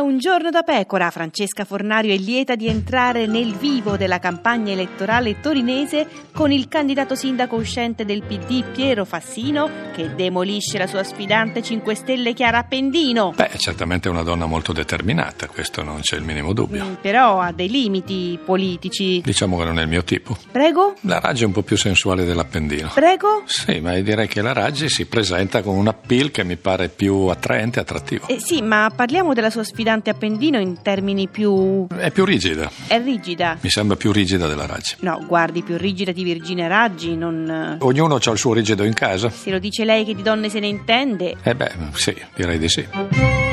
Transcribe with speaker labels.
Speaker 1: un giorno da pecora, Francesca Fornario è lieta di entrare nel vivo della campagna elettorale torinese con il candidato sindaco uscente del PD Piero Fassino che demolisce la sua sfidante 5 Stelle Chiara Appendino.
Speaker 2: Beh, è certamente una donna molto determinata, questo non c'è il minimo dubbio.
Speaker 1: Mm, però ha dei limiti politici.
Speaker 2: Diciamo che non è il mio tipo.
Speaker 1: Prego?
Speaker 2: La Raggi è un po' più sensuale dell'Appendino.
Speaker 1: Prego?
Speaker 2: Sì, ma io direi che la Raggi si presenta con un appeal che mi pare più attraente e attrattivo.
Speaker 1: Eh, sì, ma parliamo della sua sfidante Appendino in termini più...
Speaker 2: È più rigida,
Speaker 1: è rigida.
Speaker 2: mi sembra più rigida della Raggi.
Speaker 1: No, guardi, più rigida di Virginia Raggi, non... eh,
Speaker 2: Ognuno ha il suo rigido in casa?
Speaker 1: Se lo dice lei che di donne se ne intende,
Speaker 2: Eh beh, sì, direi di sì.